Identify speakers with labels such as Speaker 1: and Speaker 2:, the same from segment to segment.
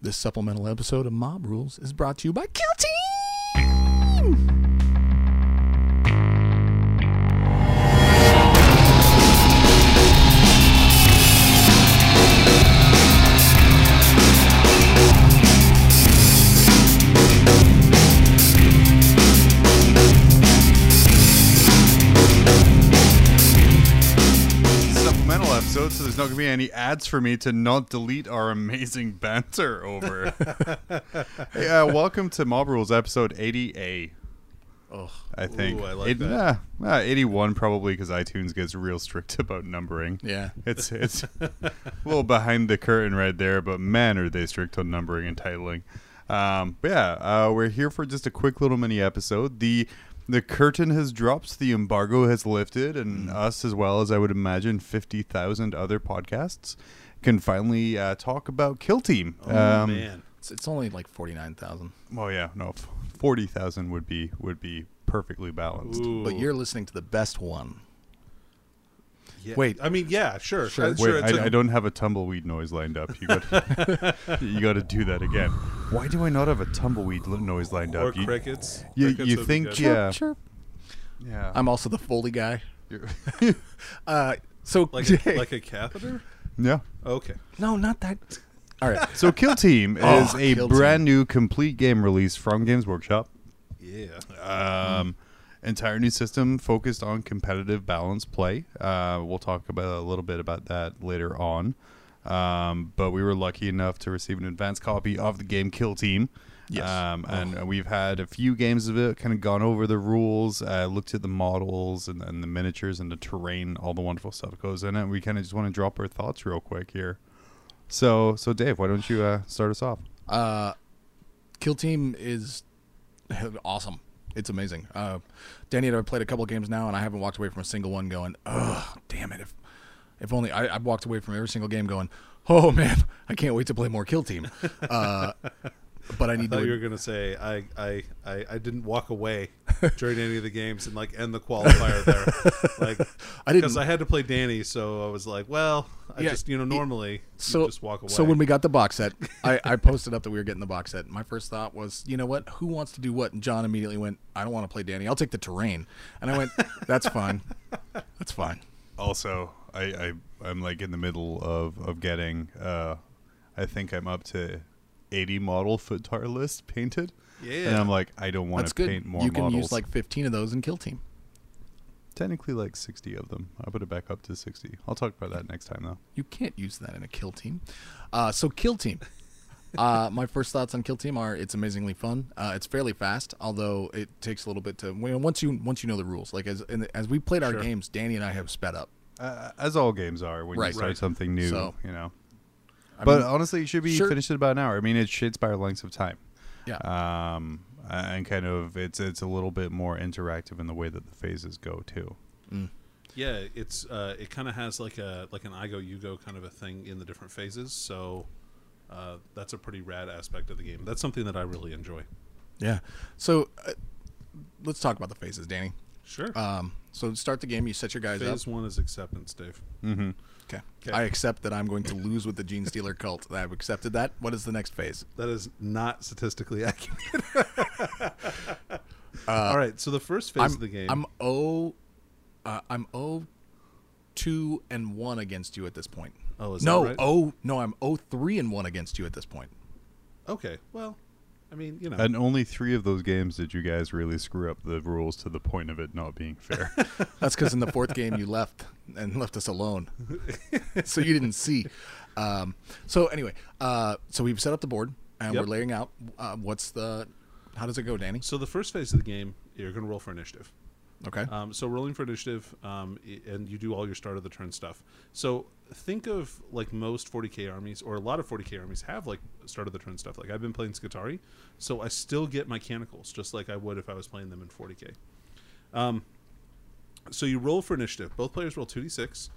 Speaker 1: This supplemental episode of Mob Rules is brought to you by Kill Team.
Speaker 2: supplemental episode, so there's not gonna be any ads for me to not delete our amazing banter over. hey, uh, welcome to Mob Rules episode 80A.
Speaker 3: Oh,
Speaker 2: I think
Speaker 3: Ooh, I like
Speaker 2: It-
Speaker 3: that.
Speaker 2: nah, nah, 81 probably because iTunes gets real strict about numbering.
Speaker 1: Yeah.
Speaker 2: It's it's a little behind the curtain right there, but man, are they strict on numbering and titling. Um, but yeah, uh, we're here for just a quick little mini episode. The the curtain has dropped, the embargo has lifted, and
Speaker 3: Mm-hmm.
Speaker 2: us as well as I would imagine fifty thousand other podcasts can finally uh, talk about Kill Team.
Speaker 3: Oh,
Speaker 1: Um,
Speaker 3: man.
Speaker 1: It's, it's only like 49,000.
Speaker 2: Oh yeah, no, f- forty thousand would be would be perfectly balanced.
Speaker 3: Ooh.
Speaker 1: But you're listening to the best one.
Speaker 3: Yeah.
Speaker 1: wait.
Speaker 3: I mean, yeah, sure.
Speaker 1: Sure.
Speaker 3: Uh,
Speaker 1: Wait,
Speaker 3: sure,
Speaker 2: Wait,
Speaker 3: it's a-
Speaker 2: I, I don't have a tumbleweed noise lined up. You got, you got to do that again. Why do I not have a tumbleweed li- noise lined
Speaker 3: Or
Speaker 2: up? You-
Speaker 3: crickets.
Speaker 2: you-
Speaker 3: Crickets
Speaker 2: you
Speaker 3: would be
Speaker 2: think
Speaker 3: good.
Speaker 2: you- Yeah.
Speaker 1: Chirp, chirp.
Speaker 2: yeah.
Speaker 1: I'm also the Foley guy.
Speaker 2: You're-
Speaker 1: Uh, so
Speaker 3: like a, like a catheter?
Speaker 2: yeah.
Speaker 3: Okay.
Speaker 1: no, not that. All right.
Speaker 2: So Kill Team
Speaker 1: Oh,
Speaker 2: is a
Speaker 1: Kill Team.
Speaker 2: brand new complete game release from Games Workshop.
Speaker 3: Yeah.
Speaker 2: Um, entire new system focused on competitive balance play. Uh, we'll talk about a little bit about that later on. Um, but we were lucky enough to receive an advanced copy of the game Kill Team.
Speaker 1: Yes.
Speaker 2: Um, and uh, we've had a few games of it, kind of gone over the rules, uh, looked at the models and, and the miniatures and the terrain, all the wonderful stuff that goes in it. We kind of just want to drop our thoughts real quick here. So, so Dave, why don't you uh, start us off?
Speaker 1: Uh, Kill Team is awesome. It's amazing. Uh, Danny and I have played a couple games now, and I haven't walked away from a single one going, "Ugh, damn it!" If if only I, I've walked away from every single game going, "Oh man, I can't wait to play more Kill Team." Uh, but I need
Speaker 3: thought
Speaker 1: to.
Speaker 3: you were gonna say I, I I I didn't walk away during any of the games and like end the qualifier there, like
Speaker 1: I didn't-
Speaker 3: because I had to play Danny, so I was like, well, I
Speaker 1: Yeah,
Speaker 3: just you know
Speaker 1: it-
Speaker 3: normally
Speaker 1: so
Speaker 3: you just walk away.
Speaker 1: so when we got the box set, I, I posted up that we were getting the box set. My first thought was, you know what? Who wants to do what? And John immediately went, "I don't want to play Danny. I'll take the terrain." And I went, "That's fine. That's fine."
Speaker 2: also I, I i'm like in the middle of of getting uh i think i'm up to 80 model foot tar list painted and
Speaker 3: Yeah.
Speaker 2: i'm like i don't want
Speaker 1: That's
Speaker 2: to
Speaker 1: good.
Speaker 2: paint more
Speaker 1: you can
Speaker 2: models
Speaker 1: use like 15 of those in Kill Team.
Speaker 2: technically like 60 of them i put it back up to 60 i'll talk about that next time though
Speaker 1: You can't use that in a kill team. Uh, so kill team. Uh, my first thoughts on kill team are it's amazingly fun. Uh, it's fairly fast, although it takes a little bit to you know, once you once you know the rules. Like as in the, as we played our
Speaker 3: Sure.
Speaker 1: games, Danny and I have sped up.
Speaker 2: uh, as all games are when you
Speaker 1: Right.
Speaker 2: start
Speaker 3: Right.
Speaker 2: something new
Speaker 1: So-
Speaker 2: you know
Speaker 1: I
Speaker 2: but
Speaker 1: mean,
Speaker 2: honestly you should be
Speaker 1: sure.
Speaker 2: finished in about an hour i mean it's shakespeare lengths of time
Speaker 1: yeah,
Speaker 3: Uh,
Speaker 2: um and kind of it's it's a little bit more interactive in the way that the phases go too
Speaker 3: yeah, it's uh, it kind of has like a like an I go you go kind of a thing in the different phases, so uh, that's a pretty rad aspect of the game. That's something that I really enjoy.
Speaker 1: yeah. So uh, let's talk about the phases, Danny.
Speaker 3: Sure.
Speaker 1: Um, so to start the game, you set your guys
Speaker 3: Phase
Speaker 1: up.
Speaker 3: one is acceptance, Dave.
Speaker 1: Mm.
Speaker 2: mm-hmm
Speaker 1: Okay.
Speaker 3: 'Kay.
Speaker 1: I accept that I'm going to lose with the Gene Stealer cult. I've accepted that. What is the next phase?
Speaker 3: That is not statistically accurate. All right, so the first phase
Speaker 1: Uh, I'm,
Speaker 3: of the game.
Speaker 1: I'm o, uh, I'm o, two and one against you at this point.
Speaker 3: Oh, is
Speaker 1: no,
Speaker 3: that right?
Speaker 1: oh no, I'm o three and one against you at this point.
Speaker 3: okay, well, I mean, you know,
Speaker 2: And only three of those games did you guys really screw up the rules to the point of it not being fair.
Speaker 1: That's because in the fourth game you left and left us alone, so you didn't see. Um, so anyway, uh, so we've set up the board and
Speaker 3: Yep.
Speaker 1: we're laying out uh, what's the, how does it go, Danny?
Speaker 3: so the first phase of the game, you're going to roll for initiative.
Speaker 1: Okay,
Speaker 3: Um, so rolling for initiative, um, i- and you do all your start of the turn stuff. So think of like most 40k armies, or a lot of 40k armies have like start of the turn stuff. Like I've been playing Skatari, so I still get my canicles just like I would if I was playing them in 40k. Um, so you roll for initiative. Both players roll 2d6.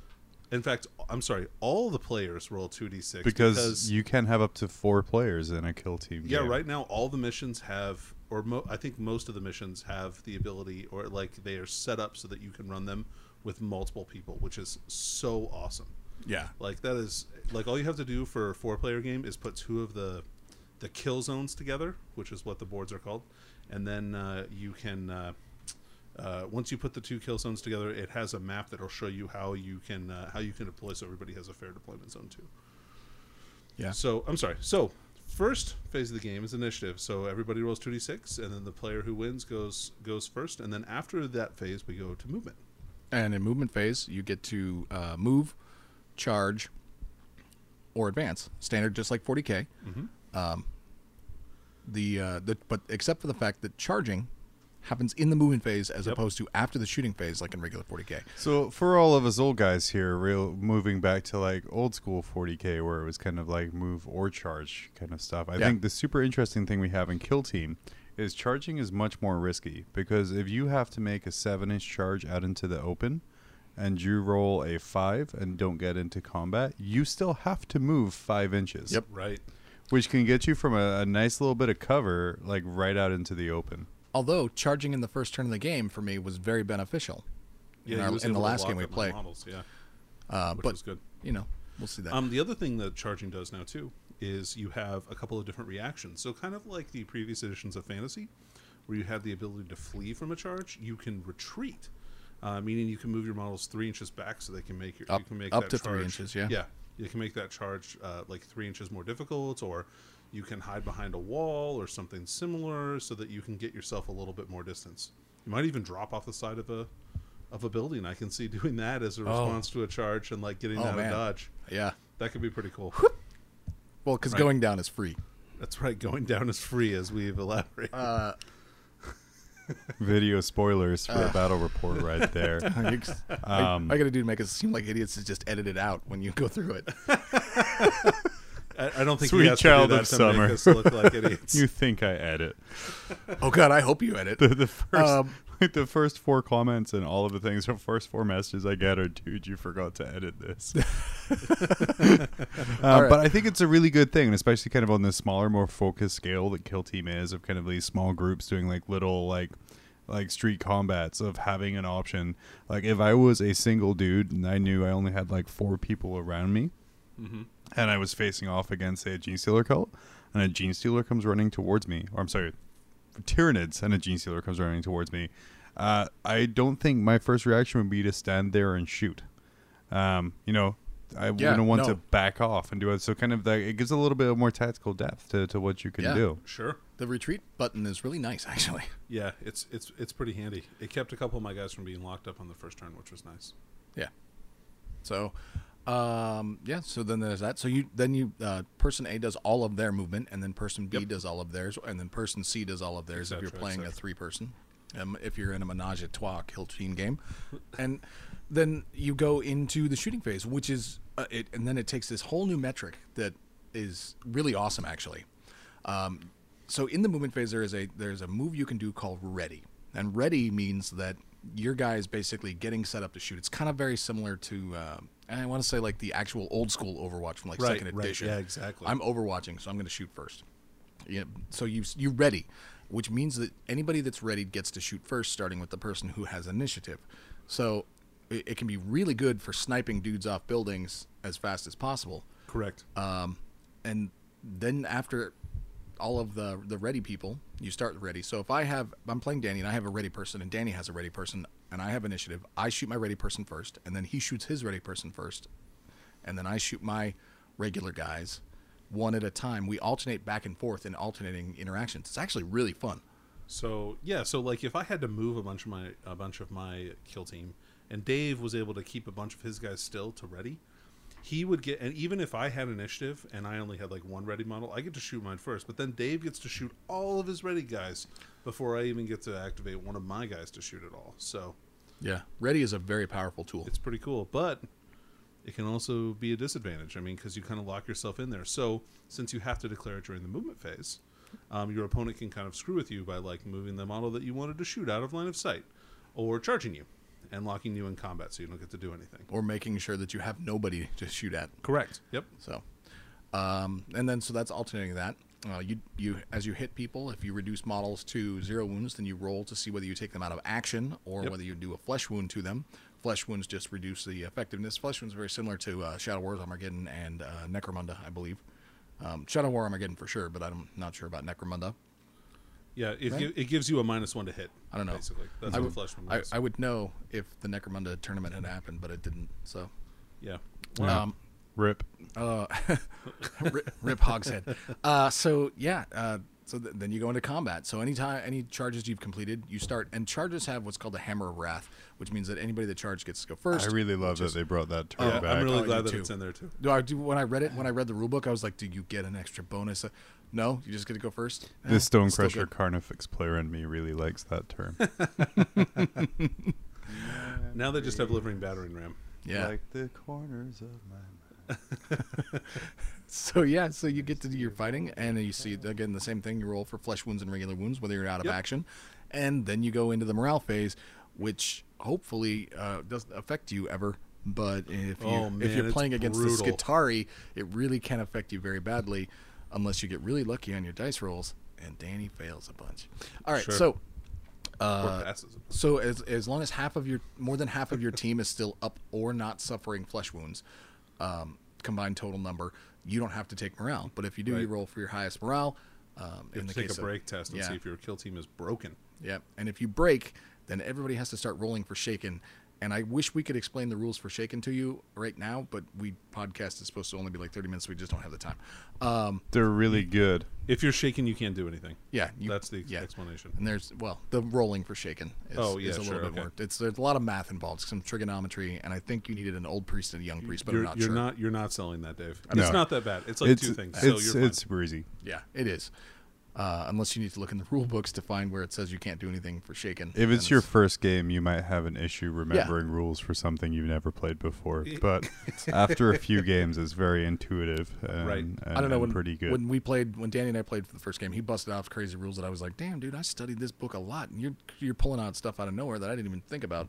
Speaker 3: In fact, I'm sorry, all the players roll 2d6
Speaker 2: because, you can have up to four players in a kill team.
Speaker 3: yeah,
Speaker 2: game.
Speaker 3: right now all the missions have, or mo- I think most of the missions have the ability, or like they are set up so that you can run them with multiple people, which is so awesome.
Speaker 1: yeah,
Speaker 3: Like that is like all you have to do for a four-player game is put two of the the kill zones together, which is what the boards are called, and then uh, you can. Uh, uh, once you put the two kill zones together, it has a map that'll show you how you can uh, how you can deploy, so everybody has a fair deployment zone too.
Speaker 1: Yeah.
Speaker 3: So I'm sorry. So first phase of the game is initiative. So everybody rolls two d six, and then the player who wins goes goes first, and then after that phase we go to movement.
Speaker 1: And in movement phase, you get to uh, move, charge, or advance. Standard, just like 40k. Um,
Speaker 3: Mm-hmm.
Speaker 1: the, uh, the but except for the fact that charging happens in the movement phase as
Speaker 3: Yep.
Speaker 1: opposed to after the shooting phase, like in regular 40k.
Speaker 2: So for all of us old guys here, real moving back to like old school 40k, where it was kind of like move or charge kind of stuff. I
Speaker 1: Yeah.
Speaker 2: think the super interesting thing we have in Kill Team is charging is much more risky because if you have to make a seven-inch charge out into the open, and you roll a five and don't get into combat, you still have to move five inches.
Speaker 1: Yep.
Speaker 3: Right.
Speaker 2: Which can get you from a, a nice little bit of cover like right out into the open.
Speaker 1: Although charging in the first turn of the game for me was very beneficial. in,
Speaker 3: he
Speaker 1: our-
Speaker 3: was
Speaker 1: in the
Speaker 3: able to
Speaker 1: last
Speaker 3: lock
Speaker 1: game we
Speaker 3: up my
Speaker 1: played,
Speaker 3: models, yeah,
Speaker 1: uh,
Speaker 3: which
Speaker 1: but
Speaker 3: was good.
Speaker 1: you know we'll see that.
Speaker 3: Um, the other thing that charging does now too is you have a couple of different reactions. So kind of like the previous editions of Fantasy, where you have the ability to flee from a charge, you can retreat, uh, meaning you can move your models three inches back so they can make your, you
Speaker 1: Up-
Speaker 3: can make
Speaker 1: up
Speaker 3: that
Speaker 1: to
Speaker 3: charge,
Speaker 1: three inches, yeah.
Speaker 3: yeah, you can make that charge uh, like three inches more difficult, or you can hide behind a wall or something similar so that you can get yourself a little bit more distance. You might even drop off the side of a of a building. I can see doing that as a response to a charge and like getting
Speaker 1: Oh,
Speaker 3: out
Speaker 1: man.
Speaker 3: of dodge.
Speaker 1: yeah.
Speaker 3: That could be pretty cool.
Speaker 1: Well, because
Speaker 3: Right.
Speaker 1: going down is free.
Speaker 3: That's right. Going down is free, as we've elaborated.
Speaker 2: Video spoilers for a battle report right there.
Speaker 3: Um,
Speaker 1: I, I got to do to make it seem like idiots is just edited out when you go through it.
Speaker 3: I, I don't think
Speaker 2: Sweet
Speaker 3: he has
Speaker 2: child
Speaker 3: to do that
Speaker 2: of
Speaker 3: to
Speaker 2: summer.
Speaker 3: make us look like idiots.
Speaker 2: You think I edit?
Speaker 1: oh God, I hope you edit.
Speaker 2: the, the first
Speaker 1: Um,
Speaker 2: like the first four comments and all of the things the first four messages I get are dude you forgot to edit this Uh,
Speaker 1: right.
Speaker 2: but I think it's a really good thing and especially kind of on the smaller more focused scale that kill team is of kind of these small groups doing like little like like street combats of having an option like if I was a single dude and I knew I only had like four people around me and I was facing off against say, a gene stealer cult, and a gene stealer comes running towards me, or I'm sorry, Tyranids, and a gene stealer comes running towards me. Uh, I don't think my first reaction would be to stand there and shoot. Um, you know, I wouldn't want
Speaker 1: no.
Speaker 2: to back off and do it. So kind of like it gives a little bit more tactical depth to, to what you can
Speaker 1: Yeah.
Speaker 2: do.
Speaker 3: sure.
Speaker 1: The retreat button is really nice, actually.
Speaker 3: Yeah, it's it's it's pretty handy. It kept a couple of my guys from being locked up on the first turn, which was nice.
Speaker 1: Yeah. So, um, yeah. So then there's that. So you then you uh, person A does all of their movement, and then person B does all of theirs, and then person C does all of theirs. if
Speaker 3: cetera,
Speaker 1: you're
Speaker 3: et
Speaker 1: playing a
Speaker 3: cetera.
Speaker 1: three person, um, if you're in a menage a trois kill team game, and then you go into the shooting phase, which is uh, it, and then it takes this whole new metric that is really awesome, actually. Um, so in the movement phase, there is a there's a move you can do called ready, and ready means that your guy is basically getting set up to shoot. It's kind of very similar to uh, I want to say like the actual old school Overwatch from like
Speaker 3: Right,
Speaker 1: second
Speaker 3: right.
Speaker 1: edition.
Speaker 3: Yeah, exactly.
Speaker 1: I'm overwatching, so I'm going to shoot first. Yeah, so you you ready, which means that anybody that's ready gets to shoot first, starting with the person who has initiative. So it, it can be really good for sniping dudes off buildings as fast as possible.
Speaker 3: Correct.
Speaker 1: Um, and then after all of the the ready people, you start with ready. So if I have I'm playing Danny and I have a ready person and Danny has a ready person and I have initiative, I shoot my ready person first and then he shoots his ready person first and then I shoot my regular guys one at a time. We alternate back and forth in alternating interactions. It's actually really fun.
Speaker 3: So yeah, so like if I had to move a bunch of my a bunch of my kill team, and Dave was able to keep a bunch of his guys still to ready, he would get. And even if I had initiative and I only had like one ready model, I get to shoot mine first. But then Dave gets to shoot all of his ready guys before I even get to activate one of my guys to shoot at all. So
Speaker 1: Yeah. Ready is a very powerful tool.
Speaker 3: it's pretty cool, but it can also be a disadvantage. I mean, because you kind of lock yourself in there. So since you have to declare it during the movement phase, um, your opponent can kind of screw with you by like moving the model that you wanted to shoot out of line of sight, or charging you and locking you in combat, so you don't get to do anything.
Speaker 1: Or making sure that you have nobody to shoot at.
Speaker 3: Correct. Yep.
Speaker 1: So, um, and then so that's alternating that. Uh, you you as you hit people, if you reduce models to zero wounds, then you roll to see whether you take them out of action or
Speaker 3: Yep.
Speaker 1: whether you do a flesh wound to them. Flesh wounds just reduce the effectiveness. Flesh wounds are very similar to uh, Shadow Wars Armageddon and uh, Necromunda, I believe. Um, Shadow War Armageddon for sure, but I'm not sure about Necromunda.
Speaker 3: Yeah, it,
Speaker 1: Right.
Speaker 3: gi- it gives you a minus one to hit.
Speaker 1: I don't know.
Speaker 3: Basically, that's
Speaker 1: I
Speaker 3: what
Speaker 1: would-
Speaker 3: flesh wound
Speaker 1: I,
Speaker 3: is.
Speaker 1: I would know if the Necromunda tournament had happened, but it didn't. So,
Speaker 3: yeah.
Speaker 1: um,
Speaker 2: Rip.
Speaker 1: uh, rip, rip Hogshead. Uh, so yeah, uh, so th- then you go into combat. So anytime any charges you've completed, you start, and charges have what's called a Hammer of Wrath, which means that anybody that charged gets to go
Speaker 2: I
Speaker 1: first.
Speaker 2: really love that they brought that term
Speaker 3: Yeah,
Speaker 2: back.
Speaker 1: Oh,
Speaker 3: I'm
Speaker 1: I
Speaker 3: really
Speaker 1: do
Speaker 3: glad that
Speaker 1: too.
Speaker 3: it's in there too.
Speaker 1: Do I do when I read it when I read the rule book? I was like, do you get an extra bonus? Uh, no, you just get to go first. Eh,
Speaker 2: the Stone
Speaker 1: still
Speaker 2: Crusher
Speaker 1: good.
Speaker 2: Carnifex player in me really likes that term.
Speaker 3: Now they just have livering battering ram.
Speaker 1: Yeah.
Speaker 2: Like the corners of my mouth.
Speaker 1: so yeah, so you get to do your fighting, and then you see again the same thing. You roll for flesh wounds and regular wounds, whether you're out of
Speaker 3: Yep.
Speaker 1: action, and then you go into the morale phase, which hopefully uh, doesn't affect you ever. But if you
Speaker 3: Oh,
Speaker 1: if
Speaker 3: man,
Speaker 1: you're
Speaker 3: it's
Speaker 1: playing against the
Speaker 3: brutal.
Speaker 1: Skitari, it really can affect you very badly, unless you get really lucky on your dice rolls. And Danny fails a bunch. All right,
Speaker 3: Sure.
Speaker 1: so Uh,
Speaker 3: or passes.
Speaker 1: so as as long as half of your more than half of your team is still up or not suffering flesh wounds, um, combined total number, you don't have to take morale. But if you do, you
Speaker 3: Right.
Speaker 1: roll for your highest morale. Um,
Speaker 3: You
Speaker 1: in
Speaker 3: have
Speaker 1: the
Speaker 3: to take
Speaker 1: case
Speaker 3: a break test and
Speaker 1: yeah,
Speaker 3: see if your kill team is broken.
Speaker 1: yeah. And if you break, then everybody has to start rolling for shaken. And I wish we could explain the rules for shaken to you right now, but we podcast is supposed to only be like thirty minutes. so we just don't have the time. Um,
Speaker 2: They're really good.
Speaker 3: If you're shaken, you can't do anything.
Speaker 1: yeah, you,
Speaker 3: That's the ex-
Speaker 1: yeah.
Speaker 3: explanation.
Speaker 1: And there's well, the rolling for shaken is,
Speaker 3: Oh,
Speaker 1: is
Speaker 3: yeah,
Speaker 1: a
Speaker 3: sure,
Speaker 1: little bit
Speaker 3: okay.
Speaker 1: more. It's there's a lot of math involved, some trigonometry, and I think you needed an old priest and a young priest, but
Speaker 3: you're
Speaker 1: I'm not
Speaker 3: you're
Speaker 1: sure.
Speaker 3: not you're not selling that, Dave.
Speaker 2: No.
Speaker 3: It's not that bad. It's like
Speaker 2: it's
Speaker 3: two things. so
Speaker 2: it's,
Speaker 3: you're fine.
Speaker 2: it's super easy.
Speaker 1: Yeah, it is. Uh, unless you need to look in the rule books to find where it says you can't do anything for shaken.
Speaker 2: If
Speaker 1: then
Speaker 2: it's your first game, you might have an issue remembering rules for something you've never played before. But after a few games, it's very intuitive and,
Speaker 3: Right.
Speaker 2: and,
Speaker 1: I don't know
Speaker 2: and
Speaker 1: when
Speaker 2: pretty good.
Speaker 1: when we played when Danny and I played for the first game, he busted out crazy rules that I was like, "Damn, dude, I studied this book a lot, and you're you're pulling out stuff out of nowhere that I didn't even think about."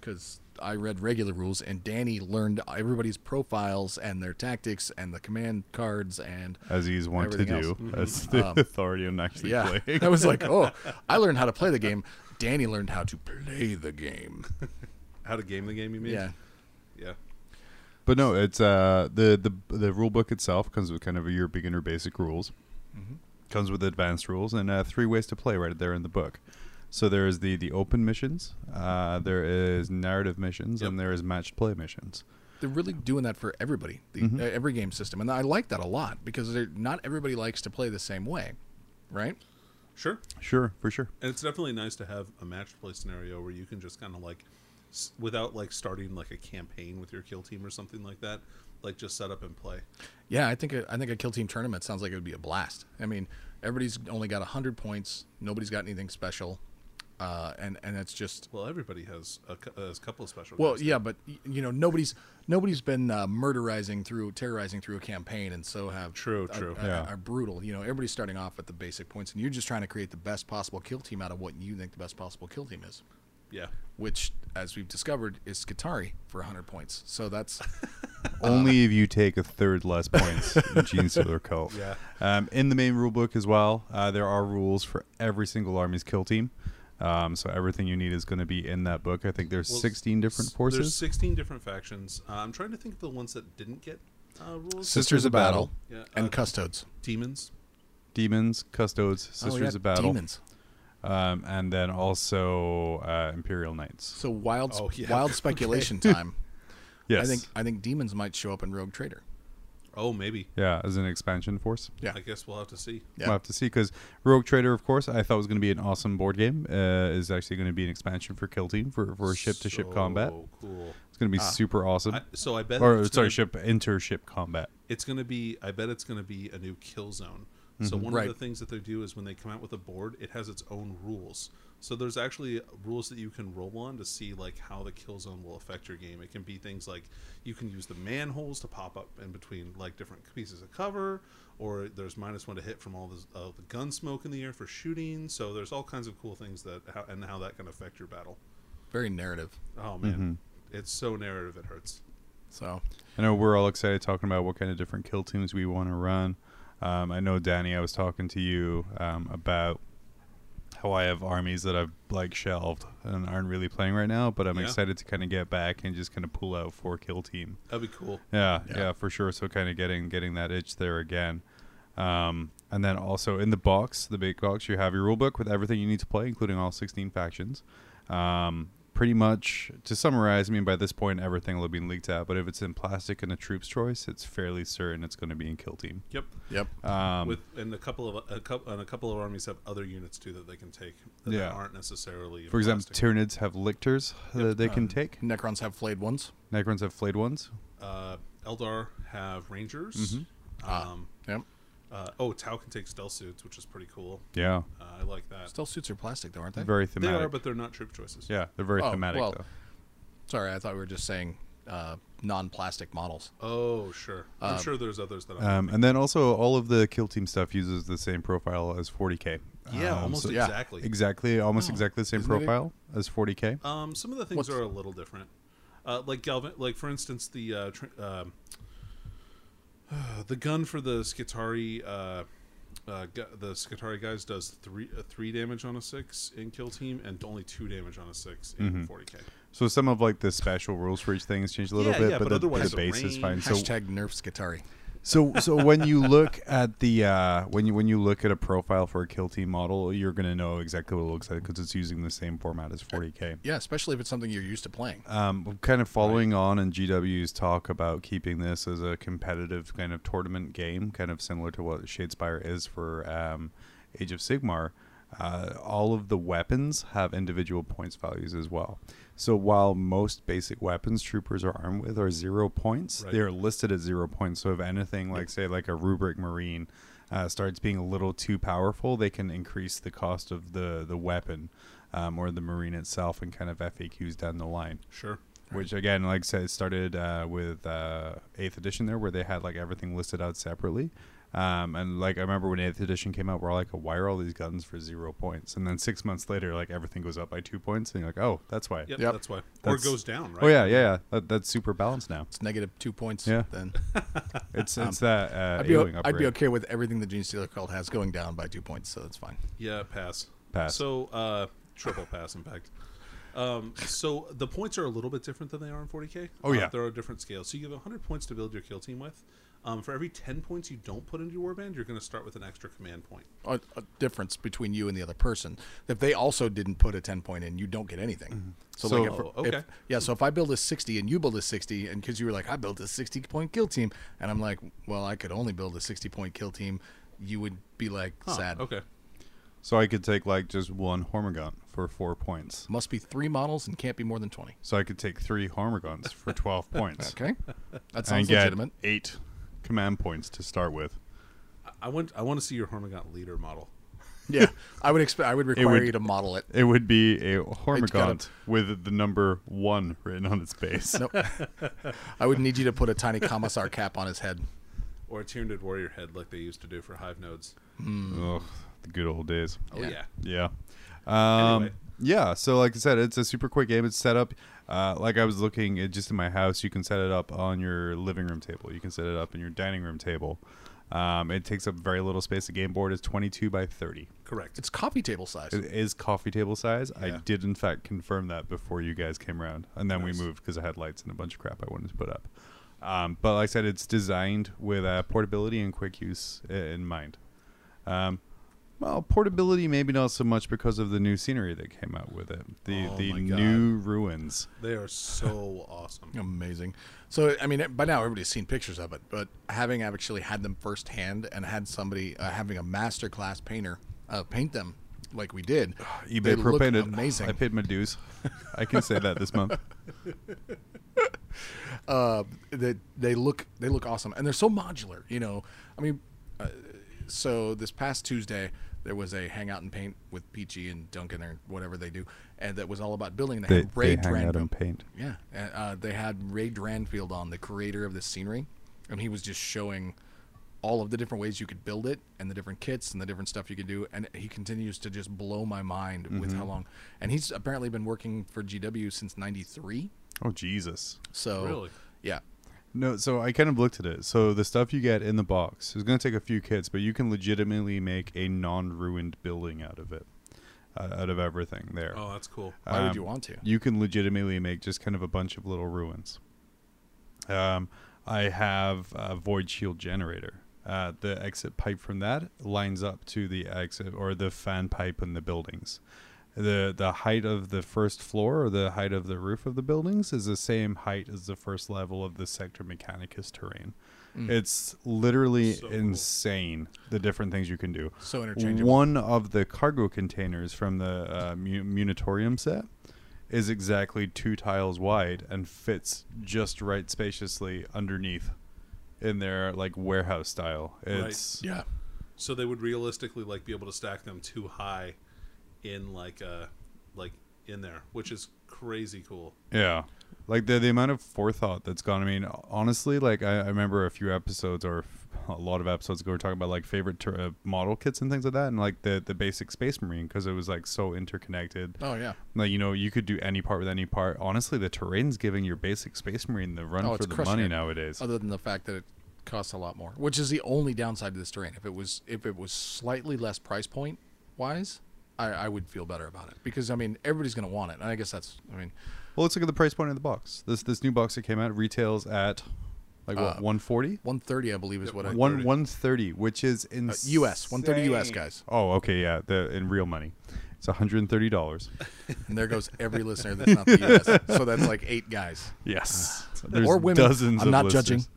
Speaker 1: Because I read regular rules, and Danny learned everybody's profiles and their tactics and the command cards and
Speaker 2: as he's want to
Speaker 1: everything
Speaker 2: do
Speaker 1: else. Mm-hmm. Um,
Speaker 2: as the authority on actually
Speaker 1: yeah.
Speaker 2: playing.
Speaker 1: I was like, "Oh, I learned how to play the game." Danny learned how to play the game.
Speaker 3: How to game the game? You mean?
Speaker 1: Yeah,
Speaker 3: Yeah.
Speaker 2: But no, it's uh the the the rule book itself comes with kind of your beginner basic rules,
Speaker 3: Mm-hmm.
Speaker 2: comes with advanced rules and uh, three ways to play right there in the book. So there is the the open missions, uh, there is narrative missions, and
Speaker 3: Yep.
Speaker 2: there is matched play missions.
Speaker 1: they're really doing that for everybody, the, uh, every game system, and I like that a lot because they're- not everybody likes to play the same way, right?
Speaker 3: Sure.
Speaker 2: Sure, for sure.
Speaker 3: And it's definitely nice to have a match play scenario where you can just kind of like, s- without like starting like a campaign with your kill team or something like that, like just set up and play.
Speaker 1: Yeah, I think a, I think a kill team tournament sounds like it would be a blast. I mean, everybody's only got hundred points. Nobody's got anything special, uh, and and it's just
Speaker 3: Well, everybody has a, cou- has a couple of special.
Speaker 1: well,
Speaker 3: guys.
Speaker 1: yeah, but y- you know, nobody's nobody's been uh, murderizing through terrorizing through a campaign, and so have
Speaker 3: True,
Speaker 1: are-
Speaker 3: true.
Speaker 1: are,
Speaker 2: Yeah.
Speaker 1: are brutal. You know, everybody's starting off at the basic points, and you're just trying to create the best possible kill team out of what you think the best possible kill team is.
Speaker 3: yeah.
Speaker 1: which, as we've discovered, is Skitari for 100 points. So that's
Speaker 2: Only if you take a third less points in Gene Stealer Cult.
Speaker 3: Yeah.
Speaker 2: Um, in the main rule book as well, uh, there are rules for every single army's kill team. Um, so everything you need is going to be in that book. I think there's
Speaker 3: Well,
Speaker 2: 16 different
Speaker 3: S- There's
Speaker 2: forces.
Speaker 3: 16 different factions. Uh, I'm trying to think of the ones that didn't get uh, rules.
Speaker 2: Sis- Sisters of Battle.
Speaker 3: Yeah,
Speaker 1: and
Speaker 3: uh,
Speaker 1: Custodes.
Speaker 3: Demons.
Speaker 2: Demons, Custodes, Sisters
Speaker 1: Oh, yeah,
Speaker 2: of Battle,
Speaker 1: Demons.
Speaker 2: um, and then also uh, Imperial Knights.
Speaker 1: So wild,
Speaker 3: Oh, yeah.
Speaker 1: wild speculation time.
Speaker 2: Yes.
Speaker 1: I think I think demons might show up in Rogue Trader.
Speaker 3: Oh, maybe.
Speaker 2: yeah, as an expansion force.
Speaker 1: Yeah.
Speaker 3: I guess we'll have to see.
Speaker 1: Yeah.
Speaker 2: We'll have to see because Rogue Trader, of course, I thought was going to be an awesome board game. Uh, is actually going to be an expansion for Kill Team for for ship to ship combat.
Speaker 3: So Cool.
Speaker 2: It's going to be super awesome.
Speaker 3: Ah. I, so I bet.
Speaker 2: or
Speaker 3: it's
Speaker 2: sorry,
Speaker 3: gonna-
Speaker 2: ship intership combat.
Speaker 3: it's going to be i bet it's going to be a new kill zone so
Speaker 2: Mm-hmm.
Speaker 3: one
Speaker 1: Right.
Speaker 3: of the things that they do is when they come out with a board it has its own rules so there's actually rules that you can roll on to see like how the kill zone will affect your game it can be things like you can use the manholes to pop up in between like different pieces of cover or there's minus one to hit from all this, uh, the gun smoke in the air for shooting so there's all kinds of cool things that how, and how that can affect your battle
Speaker 1: Very narrative.
Speaker 3: oh man
Speaker 2: Mm-hmm.
Speaker 3: it's so narrative it hurts
Speaker 1: So
Speaker 2: I know we're all excited talking about what kind of different kill teams we want to run. Um, I know Danny, I was talking to you um, about how I have armies that I've like shelved and aren't really playing right now, but I'm
Speaker 3: Yeah.
Speaker 2: excited to kind of get back and just kind of pull out for kill team.
Speaker 3: that'd be cool
Speaker 2: Yeah,
Speaker 1: Yeah.
Speaker 2: yeah, for sure. So kind of getting getting that itch there again. Um, and then also in the box, the big box, you have your rule book with everything you need to play, including all 16 factions. Um, pretty much, to summarize, I mean, by this point, everything will have been leaked out, but if it's in plastic and a troop's choice, it's fairly certain it's going to be in Kill Team.
Speaker 3: Yep.
Speaker 1: Yep.
Speaker 2: Um,
Speaker 3: With and a couple of a couple and a couple of armies have other units too that they can take that
Speaker 2: Yeah.
Speaker 3: aren't necessarily. in
Speaker 2: for example,
Speaker 3: plastic.
Speaker 2: Tyranids have lictors that they
Speaker 1: Uh,
Speaker 2: can take,
Speaker 1: Necrons have flayed ones.
Speaker 2: Necrons have flayed ones.
Speaker 3: uh, Eldar have rangers.
Speaker 2: Mm-hmm.
Speaker 1: Ah.
Speaker 3: Um,
Speaker 1: Yep.
Speaker 3: uh, oh, Tau can take stealth suits, which is pretty cool.
Speaker 2: Yeah,
Speaker 3: Uh, I like that.
Speaker 1: Still suits are plastic though, aren't they?
Speaker 2: very
Speaker 3: they
Speaker 2: thematic.
Speaker 3: are, but they're not troop choices.
Speaker 2: yeah, they're very
Speaker 1: Oh,
Speaker 2: thematic,
Speaker 1: well,
Speaker 2: though.
Speaker 1: Sorry, I thought we were just saying uh, non-plastic models.
Speaker 3: Oh, sure. I'm
Speaker 1: Um,
Speaker 3: sure there's others that. I'm
Speaker 2: Um, and then also all of the kill team stuff uses the same profile as 40k.
Speaker 3: yeah,
Speaker 2: Um,
Speaker 3: almost
Speaker 2: so-
Speaker 1: yeah.
Speaker 3: exactly.
Speaker 2: exactly, almost
Speaker 1: Oh,
Speaker 2: exactly the same
Speaker 1: isn't it a-
Speaker 2: profile as 40k.
Speaker 3: Um, some of the things
Speaker 1: What's-
Speaker 3: are a little different. Uh, like Galvin, like for instance, the uh, tr- um the gun for the Skitari, uh, uh, gu- the Skitari guys does three uh, three damage on a six in kill team, and only two damage on a six
Speaker 2: Mm-hmm.
Speaker 3: in 40k.
Speaker 2: So some of like the special rules for each thing has changed a little
Speaker 3: Yeah,
Speaker 2: bit,
Speaker 3: yeah,
Speaker 2: but,
Speaker 3: but
Speaker 2: the, the
Speaker 3: otherwise the
Speaker 2: base is
Speaker 3: range-
Speaker 2: fine. So
Speaker 1: Hashtag Nerf Skitari.
Speaker 2: so so when you look at the uh, when you when you look at a profile for a kill team model, you're gonna know exactly what it looks like because it's using the same format as 40k.
Speaker 1: Yeah, especially if it's something you're used to playing.
Speaker 2: Um, kind of following on in GW's talk about keeping this as a competitive kind of tournament game, kind of similar to what Shadespire is for um, Age of Sigmar. Uh, all of the weapons have individual points values as well. So while most basic weapons troopers are armed with are zero points,
Speaker 3: Right.
Speaker 2: they are listed at zero points. So if anything, like say like a rubric marine uh, starts being a little too powerful, they can increase the cost of the the weapon um, or the marine itself, and kind of FAQs down the line
Speaker 3: Sure.
Speaker 2: which again like i said it started uh, with uh, 8th edition there where they had like everything listed out separately um, and like i remember when 8th edition came out we're like why are all these guns for zero points and then six months later like everything goes up by two points and you're like oh that's why
Speaker 3: Yep,
Speaker 1: Yep.
Speaker 3: That's why. or it
Speaker 2: That's-
Speaker 3: goes down, right?
Speaker 2: oh yeah yeah, yeah. That, that's super balanced now
Speaker 1: It's negative two points.
Speaker 2: Yeah.
Speaker 1: Then
Speaker 2: it's it's that uh,
Speaker 1: Um, I'd be,
Speaker 2: A-wing
Speaker 1: I'd be
Speaker 2: upgrade.
Speaker 1: okay with everything the Gene Stealer cult has going down by two points, so that's fine.
Speaker 3: Yeah, pass.
Speaker 2: Pass.
Speaker 3: So uh, triple pass, in fact. Um, so the points are a little bit different than they are in 40k.
Speaker 2: Oh, yeah.
Speaker 3: uh, there are different scales. So you have 100 points to build your kill team with. Um, for every 10 points you don't put into your warband, you're going to start with an extra command point.
Speaker 1: A, a difference between you and the other person. If they also didn't put a ten point in, you don't get anything. So, like, if,
Speaker 3: So-
Speaker 1: if-
Speaker 3: okay.
Speaker 1: yeah. So if I build a sixty and you build a sixty, and because you were like, I built a sixty point kill team, and I'm like, well, I could only build a sixty point kill team, you would be like,
Speaker 3: Huh,
Speaker 1: sad.
Speaker 3: Okay.
Speaker 2: so i could take like just one hormigon for four points
Speaker 1: Must be three models and can't be more than twenty.
Speaker 2: so i could take three hormigons for 12 points
Speaker 1: Okay, that
Speaker 2: and
Speaker 1: sounds
Speaker 2: get
Speaker 1: legitimate.
Speaker 2: eight command points to start with
Speaker 3: I, I want I want to see your Hormigaunt leader model.
Speaker 1: Yeah, I would expect. I would require
Speaker 2: would-
Speaker 1: you to model it.
Speaker 2: It would be a
Speaker 1: gotta-
Speaker 2: hormigaunt with the number one written on its base.
Speaker 1: Nope. I would need you to put a tiny commissar cap on his head.
Speaker 3: Or a Tyranid warrior head like they used to do for hive nodes.
Speaker 2: Ugh, the good old days.
Speaker 3: Oh
Speaker 1: Yeah.
Speaker 3: yeah.
Speaker 2: Yeah. Um,
Speaker 3: Anyway.
Speaker 2: Yeah. So, like I said, it's a super quick game. It's set up. Uh, like I was looking at just in my house, you can set it up on your living room table. You can set it up in your dining room table. Um, it takes up very little space. The game board is 22 by 30.
Speaker 3: Correct.
Speaker 1: It's coffee table size.
Speaker 2: It is coffee table size. I
Speaker 1: Yeah.
Speaker 2: did, in fact, confirm that before you guys came around. And then
Speaker 3: Nice.
Speaker 2: we moved because I had lights and a bunch of crap I wanted to put up. Um, but like I said, it's designed with uh, portability and quick use i- in mind. Um, well, portability maybe not so much because of the new scenery that came out with it. The
Speaker 1: Oh
Speaker 2: the
Speaker 1: my God.
Speaker 2: new ruins.
Speaker 3: They are so awesome.
Speaker 1: Amazing. So, I mean, by now everybody's seen pictures of it, but having actually had them firsthand and had somebody uh, having a master class painter uh, paint them like we did,
Speaker 2: eBay
Speaker 1: they
Speaker 2: Pro
Speaker 1: look
Speaker 2: painted.
Speaker 1: amazing.
Speaker 2: I paid my dues. I can say that this month.
Speaker 1: uh, they they look they look awesome, and they're so modular. You know, I mean, uh, so this past Tuesday there was a hangout and paint with Peachy and Duncan or whatever they do, and that was all about building. They,
Speaker 2: They,
Speaker 1: had
Speaker 2: they
Speaker 1: Ray
Speaker 2: hang out
Speaker 1: Dran-
Speaker 2: and paint.
Speaker 1: Yeah, and, uh, they had Ray Dranfield on, the creator of this scenery, and he was just showing all of the different ways you could build it, and the different kits, and the different stuff you could do. And he continues to just blow my mind with
Speaker 2: Mm-hmm.
Speaker 1: how long. And he's apparently been working for GW since '93.
Speaker 2: Oh Jesus!
Speaker 1: So,
Speaker 3: Really?
Speaker 1: yeah,
Speaker 2: No, so I kind of looked at it. So the stuff you get in the box is going to take a few kits, but you can legitimately make a non-ruined building out of it, uh, out of everything there.
Speaker 3: Oh, that's cool.
Speaker 1: why
Speaker 2: Um,
Speaker 1: would you want to?
Speaker 2: You can legitimately make just kind of a bunch of little ruins. Um, I have a void shield generator. uh, the exit pipe from that lines up to the exit or the fan pipe in the buildings. The, the height of the first floor or the height of the roof of the buildings is the same height as the first level of the sector mechanicus terrain.
Speaker 1: Mm.
Speaker 2: It's literally
Speaker 3: So cool.
Speaker 2: insane the different things you can do.
Speaker 1: So interchangeable.
Speaker 2: One of the cargo containers from the uh, mu- munitorium set is exactly two tiles wide and fits just right spaciously underneath in their like warehouse style.
Speaker 3: Right.
Speaker 2: It's
Speaker 1: Yeah.
Speaker 3: So they would realistically like be able to stack them too high in like uh like in there, which is crazy cool.
Speaker 2: Yeah. Like the the amount of forethought that's gone. I mean, honestly, like I, I remember a few episodes or f- a lot of episodes ago, we were talking about like favorite ter- uh, model kits and things like that, and like the the basic Space Marine because it was like so interconnected.
Speaker 1: Oh yeah.
Speaker 2: Like you know, you could do any part with any part. Honestly, the terrain's giving your basic Space Marine the run
Speaker 1: Oh,
Speaker 2: for
Speaker 1: it's
Speaker 2: the
Speaker 1: crushing
Speaker 2: money
Speaker 1: it. Uh,
Speaker 2: nowadays.
Speaker 1: Other than the fact that it costs a lot more, which is the only downside to this terrain. If it was if it was slightly less price point wise, I, I would feel better about it because I mean everybody's gonna want it, and I guess that's I mean
Speaker 2: Well, let's look at the price point of the box. This this new box that came out retails at like what
Speaker 1: Uh,
Speaker 2: one forty.
Speaker 1: one thirty Uh, I believe is
Speaker 3: Yeah,
Speaker 1: what I
Speaker 2: One one thirty, which is in
Speaker 1: US, 130 US, guys.
Speaker 2: Oh, okay, yeah, the in real money, it's one hundred and thirty dollars.
Speaker 1: and there goes every listener that's not the US. So that's like eight guys.
Speaker 2: Yes, there's
Speaker 1: Or women.
Speaker 2: dozens.
Speaker 1: I'm
Speaker 2: of
Speaker 1: not
Speaker 2: listeners.
Speaker 1: judging.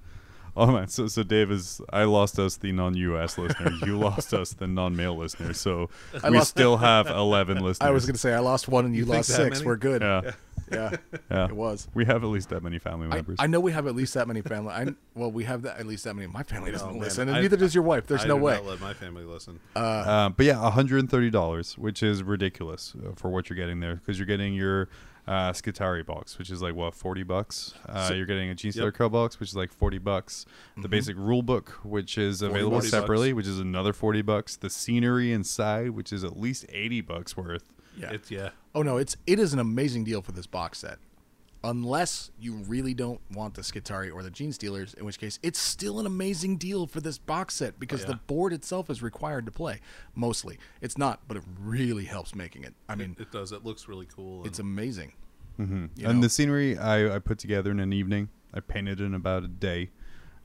Speaker 2: Oh man, so so Dave is I lost us the non-U.S. listeners. You lost us the non-male listeners. So
Speaker 1: I
Speaker 2: we
Speaker 1: lost-
Speaker 2: still have eleven listeners.
Speaker 1: I was gonna say I lost one and you,
Speaker 3: You think
Speaker 1: lost
Speaker 3: that
Speaker 1: six.
Speaker 3: many?
Speaker 1: We're good.
Speaker 2: Yeah,
Speaker 1: yeah.
Speaker 2: yeah.
Speaker 1: It was.
Speaker 2: We have at least that many family
Speaker 1: I,
Speaker 2: members.
Speaker 1: I know we have at least that many family. I, well, we have that at least that many. My family doesn't
Speaker 3: Oh, man.
Speaker 1: listen, and
Speaker 3: I-
Speaker 1: neither does your wife. There's
Speaker 3: I
Speaker 1: no
Speaker 3: do
Speaker 1: way.
Speaker 3: Not let my family listen.
Speaker 2: Uh, but yeah, one hundred and thirty dollars, which is ridiculous uh, for what you're getting there, because you're getting your uh, Skitari box, which is like what forty bucks. Uh,
Speaker 3: So-
Speaker 2: you're getting a Gene
Speaker 3: yep.
Speaker 2: Star Cell box, which is like forty bucks. The basic rule book, which is available
Speaker 3: 40 bucks.
Speaker 2: separately, which is another forty bucks. The scenery inside, which is at least eighty bucks worth.
Speaker 1: yeah.
Speaker 3: It's yeah.
Speaker 1: Oh no, it's it is an amazing deal for this box set. Unless you really don't want the Skitari or the Gene Stealers, in which case it's still an amazing deal for this box set because the
Speaker 3: Yeah.
Speaker 1: board itself is required to play. Mostly, it's not, but it really helps making it. I mean,
Speaker 3: It does. It looks really cool.
Speaker 1: it's
Speaker 3: and-
Speaker 1: amazing. Mm-hmm.
Speaker 2: and the scenery I, I put together in an evening. I painted in about a day.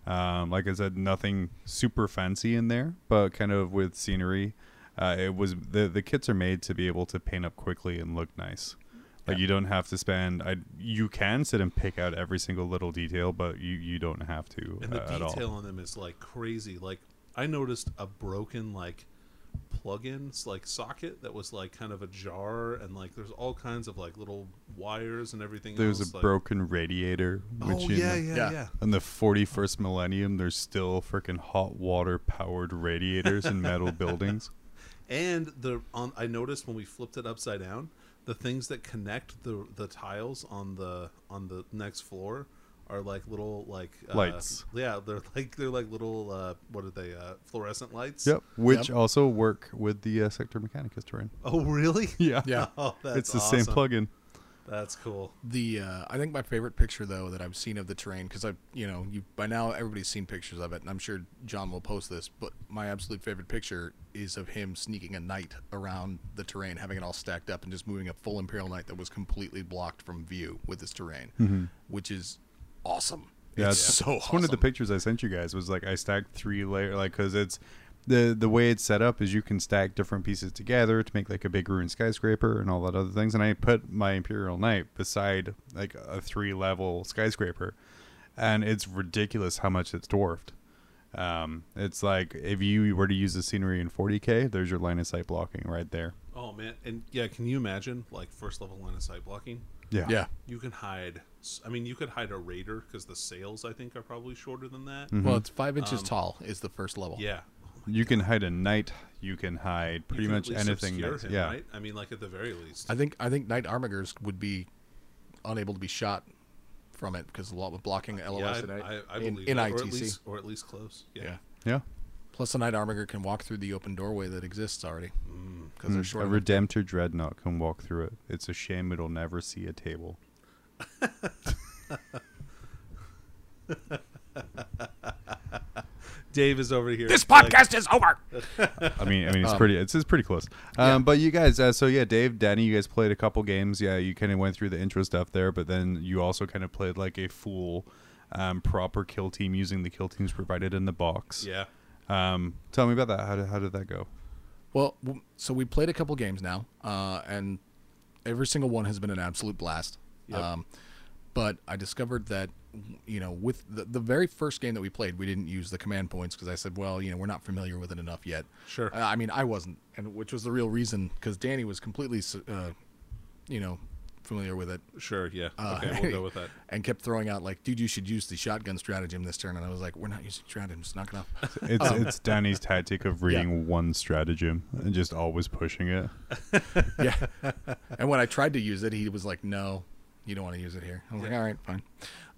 Speaker 2: Um, like I said, nothing super fancy in there, but kind of with scenery. Uh, it was the the kits are made to be able to paint up quickly and look nice. Like you don't have to spend. I you can sit and pick out every single little detail, but you you don't have to
Speaker 3: and the
Speaker 2: uh, at all.
Speaker 3: detail on them is like crazy. Like I noticed a broken like plug-in s- like socket that was like kind of ajar and like there's all kinds of like little wires and everything.
Speaker 2: There's
Speaker 3: else,
Speaker 2: a
Speaker 3: like-
Speaker 2: broken radiator.
Speaker 3: Oh
Speaker 2: which in
Speaker 3: yeah,
Speaker 2: the-
Speaker 3: yeah,
Speaker 1: Yeah.
Speaker 3: yeah,
Speaker 2: In the 41st millennium, there's still freaking hot water powered radiators in metal buildings.
Speaker 3: And the on I noticed when we flipped it upside down, the things that connect the the tiles on the on the next floor are like little like uh,
Speaker 2: Lights.
Speaker 3: Yeah, they're like they're like little uh, what are they uh, fluorescent lights?
Speaker 2: Yep, which
Speaker 1: Yep.
Speaker 2: also work with the uh, Sector Mechanicus terrain.
Speaker 3: Oh really?
Speaker 2: Yeah,
Speaker 1: Yeah.
Speaker 3: Oh, that's
Speaker 2: it's the same
Speaker 3: awesome.
Speaker 2: plugin.
Speaker 3: That's cool.
Speaker 1: the uh, I think my favorite picture though that I've seen of the terrain because I you know you by now everybody's seen pictures of it and I'm sure John will post this but my absolute favorite picture is of him sneaking a knight around the terrain having it all stacked up and just moving a full imperial knight that was completely blocked from view with this terrain which is awesome
Speaker 2: Mm-hmm. Yeah,
Speaker 1: it's so
Speaker 2: it's one of the
Speaker 1: awesome.
Speaker 2: pictures I sent you guys was like I stacked three layer like because it's the the way it's set up is you can stack different pieces together to make like a big ruined skyscraper and all that other things. And I put my Imperial Knight beside like a three level skyscraper, and it's ridiculous how much it's dwarfed. Um, it's like if you were to use the scenery in 40k, there's your line of sight blocking right there.
Speaker 3: Oh man, and yeah, can you imagine like first level line of sight blocking?
Speaker 1: yeah
Speaker 3: You can hide. s- I mean, you could hide a raider because the sails I think are probably shorter than that.
Speaker 2: Mm-hmm.
Speaker 1: well it's five inches tall is the first level
Speaker 3: Um, Yeah.
Speaker 2: You can hide a knight. You can hide
Speaker 3: You
Speaker 2: pretty
Speaker 3: can at
Speaker 2: much
Speaker 3: least
Speaker 2: anything.
Speaker 3: obscure
Speaker 2: that's-
Speaker 3: him,
Speaker 2: yeah,
Speaker 3: Right? I mean, like at the very least.
Speaker 1: I think I think knight armigers would be unable to be shot from it because a lot with blocking LOS
Speaker 3: Uh, yeah,
Speaker 1: and
Speaker 3: I, I, I
Speaker 1: in,
Speaker 3: believe
Speaker 1: in
Speaker 3: that,
Speaker 1: ITC
Speaker 3: or at least or at least close. Yeah.
Speaker 1: yeah.
Speaker 2: yeah.
Speaker 1: Plus, the Night Armiger can walk through the open doorway that exists already because
Speaker 3: Hmm.
Speaker 1: they're
Speaker 2: A
Speaker 1: short. of-
Speaker 2: redemptor dreadnought can walk through it. It's a shame it'll never see a table.
Speaker 3: Dave is over here.
Speaker 1: This
Speaker 3: like-
Speaker 1: podcast is over.
Speaker 2: I mean, I mean, it's pretty. It's, it's pretty close. Um, But you guys, uh, so yeah, Dave, Danny, you guys played a couple games. Yeah, you kind of went through the intro stuff there, but then you also kind of played like a full, um, proper kill team using the kill teams provided in the box.
Speaker 3: yeah.
Speaker 2: Um, tell me about that. How did, how did that go?
Speaker 1: Well, w- so we played a couple games now, uh, and every single one has been an absolute blast.
Speaker 3: Yep.
Speaker 1: Um, but I discovered that, you know, with the, the very first game that we played, we didn't use the command points because I said, well, you know, we're not familiar with it enough yet.
Speaker 3: Sure.
Speaker 1: Uh, I mean, I wasn't, and which was the real reason because Danny was completely, s- uh, you know, familiar with it
Speaker 3: Sure. Yeah.
Speaker 1: Uh,
Speaker 3: Okay. We'll go with that.
Speaker 1: and kept throwing out like, dude, you should use the shotgun stratagem this turn. And I was like, we're not using stratagems, not enough.
Speaker 2: It's
Speaker 3: Um,
Speaker 2: it's Danny's tactic of reading one stratagem and just always pushing it.
Speaker 1: yeah. And when I tried to use it, he was like, "No, you don't want to use it here." I was like, "All right, fine."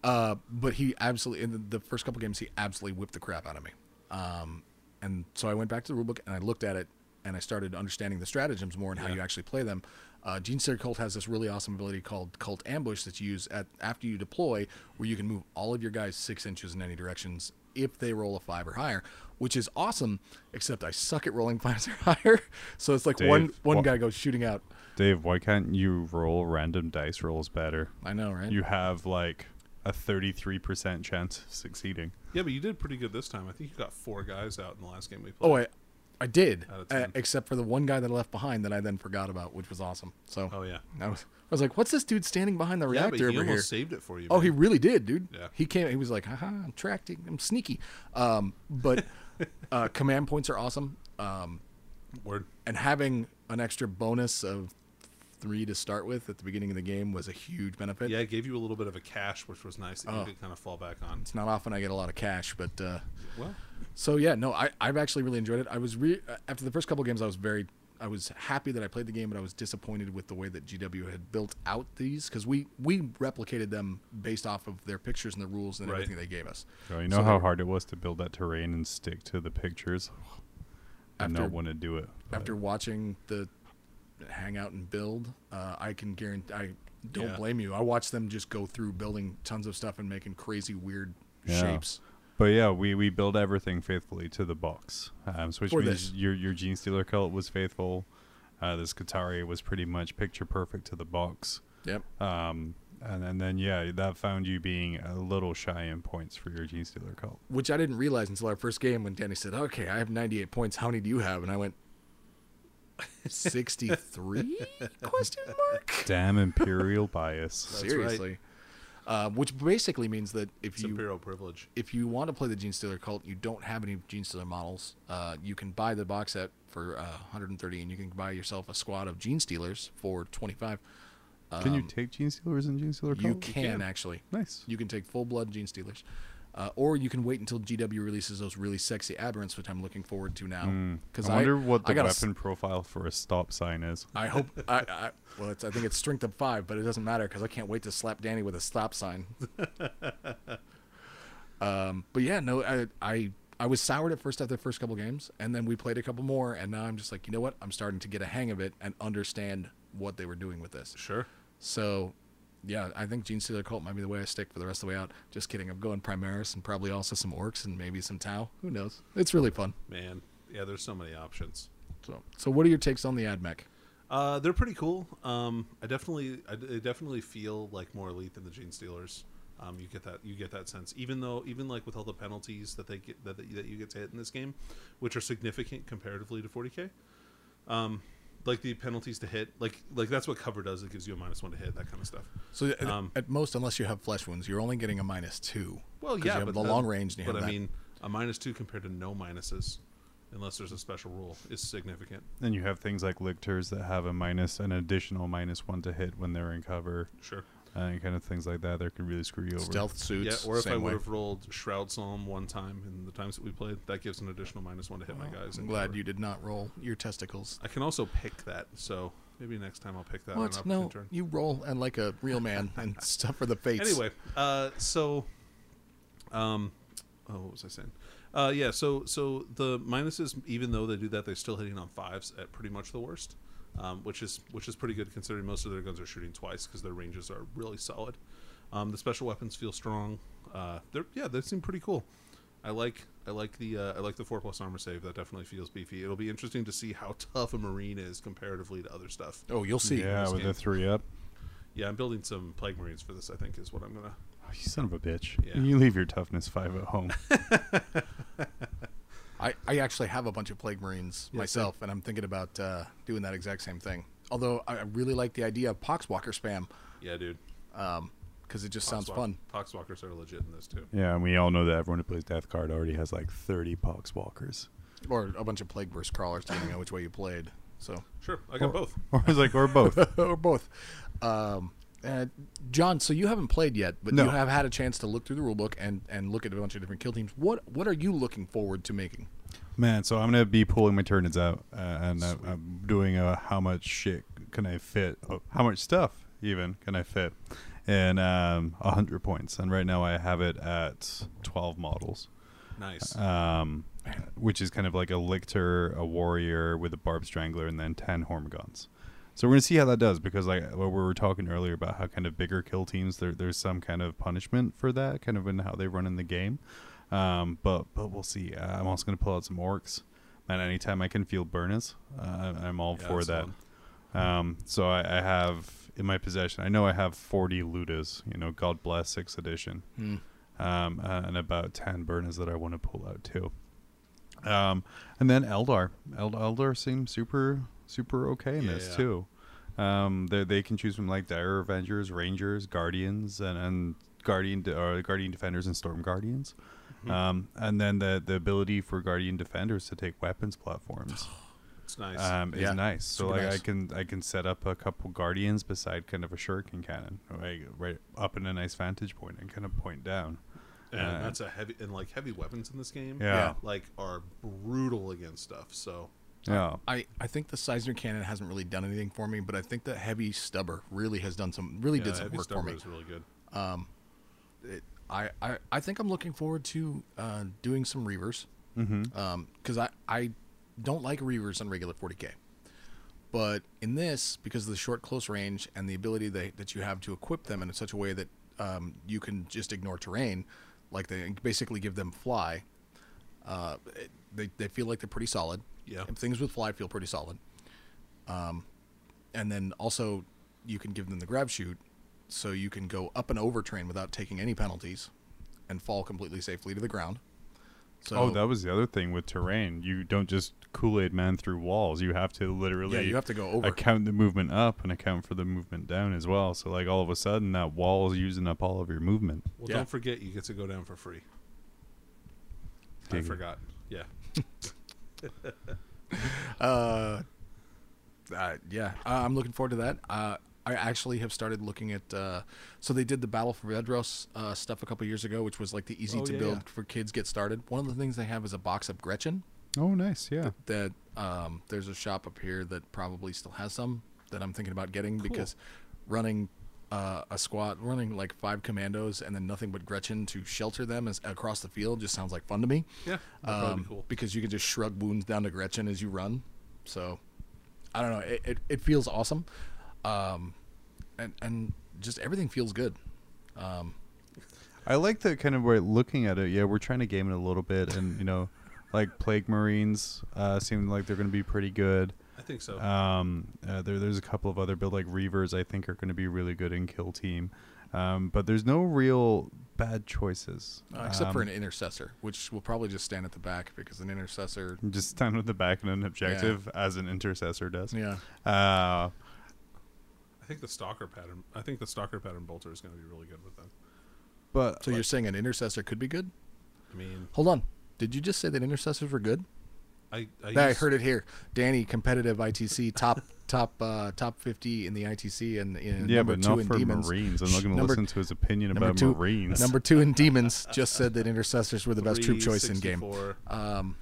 Speaker 1: Uh, but he absolutely in the, the first couple games, he absolutely whipped the crap out of me. Um, and so I went back to the rulebook and I looked at it and I started understanding the stratagems more and how you actually play them. Uh, Gene Seer Cult has this really awesome ability called Cult Ambush that you use at after you deploy, where you can move all of your guys six inches in any directions if they roll a five or higher, which is awesome. Except I suck at rolling fives or higher, so it's like
Speaker 2: Dave,
Speaker 1: one one
Speaker 2: wha-
Speaker 1: guy goes shooting out.
Speaker 2: Dave, why can't you roll random dice rolls better?
Speaker 1: I know, right?
Speaker 2: You have like a 33% chance of succeeding.
Speaker 3: Yeah, but you did pretty good this time. I think you got four guys out in the last game we played.
Speaker 1: oh, I, I did,
Speaker 3: Out of
Speaker 1: uh,
Speaker 3: ten.
Speaker 1: except for the one guy that I left behind that I then forgot about, which was awesome. So
Speaker 3: Oh, yeah.
Speaker 1: I was, I was like, "What's this dude standing behind the
Speaker 3: Yeah,
Speaker 1: reactor
Speaker 3: but he
Speaker 1: over
Speaker 3: almost
Speaker 1: here?"
Speaker 3: saved it for you.
Speaker 1: Oh, he
Speaker 3: man.
Speaker 1: really did, dude.
Speaker 3: Yeah.
Speaker 1: He came. He was like, "Haha, I'm tracking. I'm sneaky." Um, but uh, command points are awesome, um,
Speaker 3: word.
Speaker 1: and having an extra bonus of three to start with at the beginning of the game was a huge benefit.
Speaker 3: Yeah, it gave you a little bit of a cash, which was nice that
Speaker 1: Oh.
Speaker 3: you could kind of fall back on.
Speaker 1: It's not often I get a lot of cash, but uh,
Speaker 3: Well,
Speaker 1: So yeah, no, I, I've actually really enjoyed it. I was re- uh, after the first couple games, I was very, I was happy that I played the game, but I was disappointed with the way that GW had built out these because we we replicated them based off of their pictures and the rules and
Speaker 3: Right.
Speaker 1: everything they gave us.
Speaker 2: So you know
Speaker 1: So
Speaker 2: how
Speaker 1: they-
Speaker 2: hard it was to build that terrain and stick to the pictures? I
Speaker 1: After-
Speaker 2: not want to do it. but-
Speaker 1: After watching the hangout and build, uh, I can guarantee I don't
Speaker 3: Yeah.
Speaker 1: blame you. I watched them just go through building tons of stuff and making crazy weird
Speaker 2: Yeah.
Speaker 1: shapes.
Speaker 2: But yeah, we, we build everything faithfully to the box. Um, so which
Speaker 1: For
Speaker 2: means
Speaker 1: this.
Speaker 2: your your Gene Stealer cult was faithful. Uh, this Katari was pretty much picture perfect to the box.
Speaker 1: Yep.
Speaker 2: Um, and, and then yeah, that found you being a little shy in points for your Gene Stealer cult.
Speaker 1: Which I didn't realize until our first game when Danny said, "Okay, I have 98 points. How many do you have?" And I went. 63 question mark
Speaker 2: Damn imperial bias.
Speaker 3: That's right.
Speaker 1: seriously uh, which basically means that if
Speaker 3: it's
Speaker 1: you
Speaker 3: imperial privilege.
Speaker 1: if you want to play the gene stealer cult you don't have any gene stealer models uh, you can buy the box set for uh, 130 and you can buy yourself a squad of gene stealers for 25
Speaker 2: Can you take Gene Stealers and Gene Stealer cult?
Speaker 1: Um, you can,
Speaker 3: can.
Speaker 1: actually
Speaker 2: Nice.
Speaker 1: you can take full blood gene stealers uh, or you can wait until GW releases those really sexy aberrants, which I'm looking forward to now. Because
Speaker 2: Hmm. I wonder what the
Speaker 1: I gotta s-
Speaker 2: weapon profile for a stop sign is.
Speaker 1: I hope I, I well, it's, I think it's strength of five, but it doesn't matter because I can't wait to slap Danny with a stop sign. um, but yeah, no, I, I I was soured at first after the first couple games, and then we played a couple more, and now I'm just like, you know what? I'm starting to get a hang of it and understand what they were doing with this.
Speaker 3: Sure.
Speaker 1: So, yeah, I think Gene Stealer Cult might be the way I stick for the rest of the way out. Just kidding, I'm going Primaris and probably also some orcs and maybe some Tau. Who knows? It's really fun.
Speaker 3: Man, yeah, there's so many options.
Speaker 1: So, so what are your takes on the ad mech?
Speaker 3: Uh, they're pretty cool. Um, I definitely, I, d- I definitely feel like more elite than the Gene Stealers. Um, you get that, you get that sense. Even though, even like with all the penalties that they get that, that, that you get to hit in this game, which are significant comparatively to 40k. Um, like the penalties to hit, like like that's what cover does. It gives you a minus one to hit, that kind of stuff.
Speaker 1: So at-
Speaker 3: Um,
Speaker 1: at most, unless you have flesh wounds, you're only getting a minus two.
Speaker 3: Well,
Speaker 1: 'Cause
Speaker 3: yeah,
Speaker 1: you have
Speaker 3: but
Speaker 1: the
Speaker 3: that-
Speaker 1: long range. And you
Speaker 3: but
Speaker 1: have
Speaker 3: I
Speaker 1: that.
Speaker 3: mean, a minus two compared to no minuses, unless there's a special rule, is significant.
Speaker 2: Then you have things like lictors that have a minus, an additional minus one to hit when they're in cover, Uh,
Speaker 3: Sure.
Speaker 2: and kind of things like that that can really screw you over.
Speaker 1: stealth
Speaker 3: Yeah,
Speaker 1: suits.
Speaker 3: or if I
Speaker 1: same
Speaker 3: would
Speaker 1: way.
Speaker 3: have rolled Shroud Psalm one time in the times that we played, that gives an additional minus one to hit my guys.
Speaker 1: I'm
Speaker 3: in
Speaker 1: glad
Speaker 3: cover.
Speaker 1: you did not roll your testicles.
Speaker 3: I can also pick that, so maybe next time I'll pick that. on an
Speaker 1: What?
Speaker 3: opportune
Speaker 1: No,
Speaker 3: turn.
Speaker 1: you roll and like a real man and stuff for the face.
Speaker 3: Anyway, uh, so, um, oh, what was I saying? Uh, yeah, so so the minuses, even though they do that, they're still hitting on fives at pretty much the worst, um, which is which is pretty good considering most of their guns are shooting twice because their ranges are really solid. Um, the special weapons feel strong. Uh, they're yeah, they seem pretty cool. I like I like the uh, I like the four plus armor save. That definitely feels beefy. It'll be interesting to see how tough a marine is comparatively to other stuff.
Speaker 1: oh, you'll see.
Speaker 2: yeah,
Speaker 3: this
Speaker 2: with
Speaker 3: game.
Speaker 2: a three up.
Speaker 3: Yeah, I'm building some plague marines for this. I think is what I'm gonna
Speaker 2: Oh, you son of a bitch.
Speaker 3: Yeah.
Speaker 2: You leave your toughness five at home.
Speaker 1: I, I actually have a bunch of Plague Marines myself, and I'm thinking about uh, doing that exact same thing. Although I I really like the idea of Poxwalker spam
Speaker 3: Yeah, dude.
Speaker 1: because it just sounds
Speaker 3: Poxwalk-
Speaker 1: fun.
Speaker 3: Poxwalkers are legit in this too.
Speaker 2: Yeah, and we all know that everyone who plays Death Card already has like 30 Poxwalkers.
Speaker 1: Or a bunch of Plague Burst crawlers, depending on which way you played. So,
Speaker 3: Sure, I got both.
Speaker 2: Or it's like, or both.
Speaker 1: or both. Um, uh, John, so you haven't played yet, but
Speaker 2: No.
Speaker 1: you have had a chance to look through the rulebook and, and look at a bunch of different kill teams. What what are you looking forward to making?
Speaker 2: Man, so I'm gonna be pulling my turnins out, uh, and I'm, I'm doing a how much shit can I fit? oh, How much stuff even can I fit? In um, hundred points, and right now I have it at twelve models,
Speaker 3: Nice.
Speaker 2: um, which is kind of like a lictor, a warrior with a barb strangler, and then ten hormigons. So we're gonna see how that does because like what we were talking earlier about how kind of bigger kill teams there there's some kind of punishment for that kind of in how they run in the game. Um, but but we'll see. Uh, I'm also gonna pull out some orcs. And anytime I can feel burners, uh, I'm all
Speaker 3: Yeah,
Speaker 2: for
Speaker 3: that's
Speaker 2: that. Um, so I, I have in my possession. I know I have 40 ludas. You know, God bless sixth edition.
Speaker 3: Hmm.
Speaker 2: Um, uh, and about 10 burners that I want to pull out too. Um, and then Eldar. Eld- Eldar seem super, super okay in this
Speaker 3: Yeah.
Speaker 2: too. Um, they they can choose from like dire Avengers, Rangers, Guardians, and, and Guardian de- or Guardian Defenders and Storm Guardians.
Speaker 1: Mm-hmm.
Speaker 2: Um, and then the the ability for Guardian Defenders to take weapons platforms
Speaker 3: It's nice.
Speaker 2: um, is
Speaker 1: Yeah.
Speaker 2: nice. So
Speaker 1: Super
Speaker 2: like I
Speaker 1: nice.
Speaker 2: can I can set up a couple guardians beside kind of a shuriken cannon, right, right up in a nice vantage point and kind of point down.
Speaker 3: and
Speaker 2: uh,
Speaker 3: that's a heavy and like heavy weapons in this game.
Speaker 2: Yeah.
Speaker 3: like are brutal against stuff. So
Speaker 2: Yeah,
Speaker 1: I, I think the Seisner cannon hasn't really done anything for me, but I think the heavy stubber really has done some really
Speaker 3: yeah,
Speaker 1: did some
Speaker 3: uh, heavy
Speaker 1: work for
Speaker 3: stubborn
Speaker 1: me.
Speaker 3: is really good.
Speaker 1: It, I, I I think I'm looking forward to uh, doing some reavers because I I don't like reavers on regular 40k, but in this because of the short close range and the ability that that you have to equip them in such a way that um, you can just ignore terrain, like they basically give them fly. Uh, it, they they feel like they're pretty solid.
Speaker 3: Yeah.
Speaker 1: things with fly feel pretty solid and then also you can give them the grab shoot so you can go up and over train without taking any penalties and fall completely safely to the ground so
Speaker 2: oh, that was the other thing with terrain. You don't just Kool Aid man through walls. You have to literally.
Speaker 1: yeah you have to go over
Speaker 2: Account the movement up and account for the movement down as well. So like all of a sudden that wall is using up all of your movement.
Speaker 3: Well,
Speaker 1: Yeah.
Speaker 3: don't forget you get to go down for free. I
Speaker 2: Dig it.
Speaker 3: forgot. Yeah,
Speaker 1: uh, yeah uh, i'm looking forward to that uh, i actually have started looking at uh, so they did the battle for vedros uh, stuff a couple years ago which was like the easy
Speaker 3: Oh,
Speaker 1: to
Speaker 3: yeah,
Speaker 1: build
Speaker 3: yeah.
Speaker 1: for kids get started one of the things they have is a box of gretchen
Speaker 2: Oh, nice. Yeah.
Speaker 1: that um, there's a shop up here that probably still has some that I'm thinking about getting because running uh, a squad, running like five commandos and then nothing but Gretchen to shelter them as, across the field just sounds like fun to me.
Speaker 3: yeah, that'd probably
Speaker 1: Um,
Speaker 3: be cool.
Speaker 1: Because you can just shrug wounds down to Gretchen as you run. So I don't know. It, it, it feels awesome. Um, and, and just everything feels good. Um,
Speaker 2: I like that kind of way looking at it. Yeah, we're trying to game it a little bit, and you know, like Plague Marines uh, seem like they're going to be pretty good.
Speaker 3: I think so.
Speaker 2: Um, uh, there, there's a couple of other build like Reavers. I think are going to be really good in Kill Team, um, but there's no real bad choices
Speaker 1: uh, except for
Speaker 2: Um,
Speaker 1: an intercessor, which will probably just stand at the back because an intercessor.
Speaker 2: just stand with the back and an objective as an intercessor does.
Speaker 1: Yeah.
Speaker 2: Uh,
Speaker 3: I think the stalker pattern. I think the stalker pattern bolter is going to be really good with them.
Speaker 2: but
Speaker 1: So you're saying an intercessor could be good?
Speaker 3: I mean,
Speaker 1: Hold on. Did you just say that intercessors were good?
Speaker 3: I
Speaker 2: Uh,
Speaker 3: I,
Speaker 1: I
Speaker 3: used-
Speaker 1: heard it here. Danny, competitive ITC, top top uh, top fifty in the ITC and in
Speaker 2: yeah,
Speaker 1: number
Speaker 2: but
Speaker 1: two
Speaker 2: not
Speaker 1: in
Speaker 2: for
Speaker 1: demons.
Speaker 2: Marines. I'm not going to
Speaker 1: Number-
Speaker 2: listen to his opinion
Speaker 1: number
Speaker 2: about
Speaker 1: two-
Speaker 2: Marines.
Speaker 1: Number two in demons just said that intercessors were the best troop choice in game.
Speaker 3: 364.
Speaker 1: Um,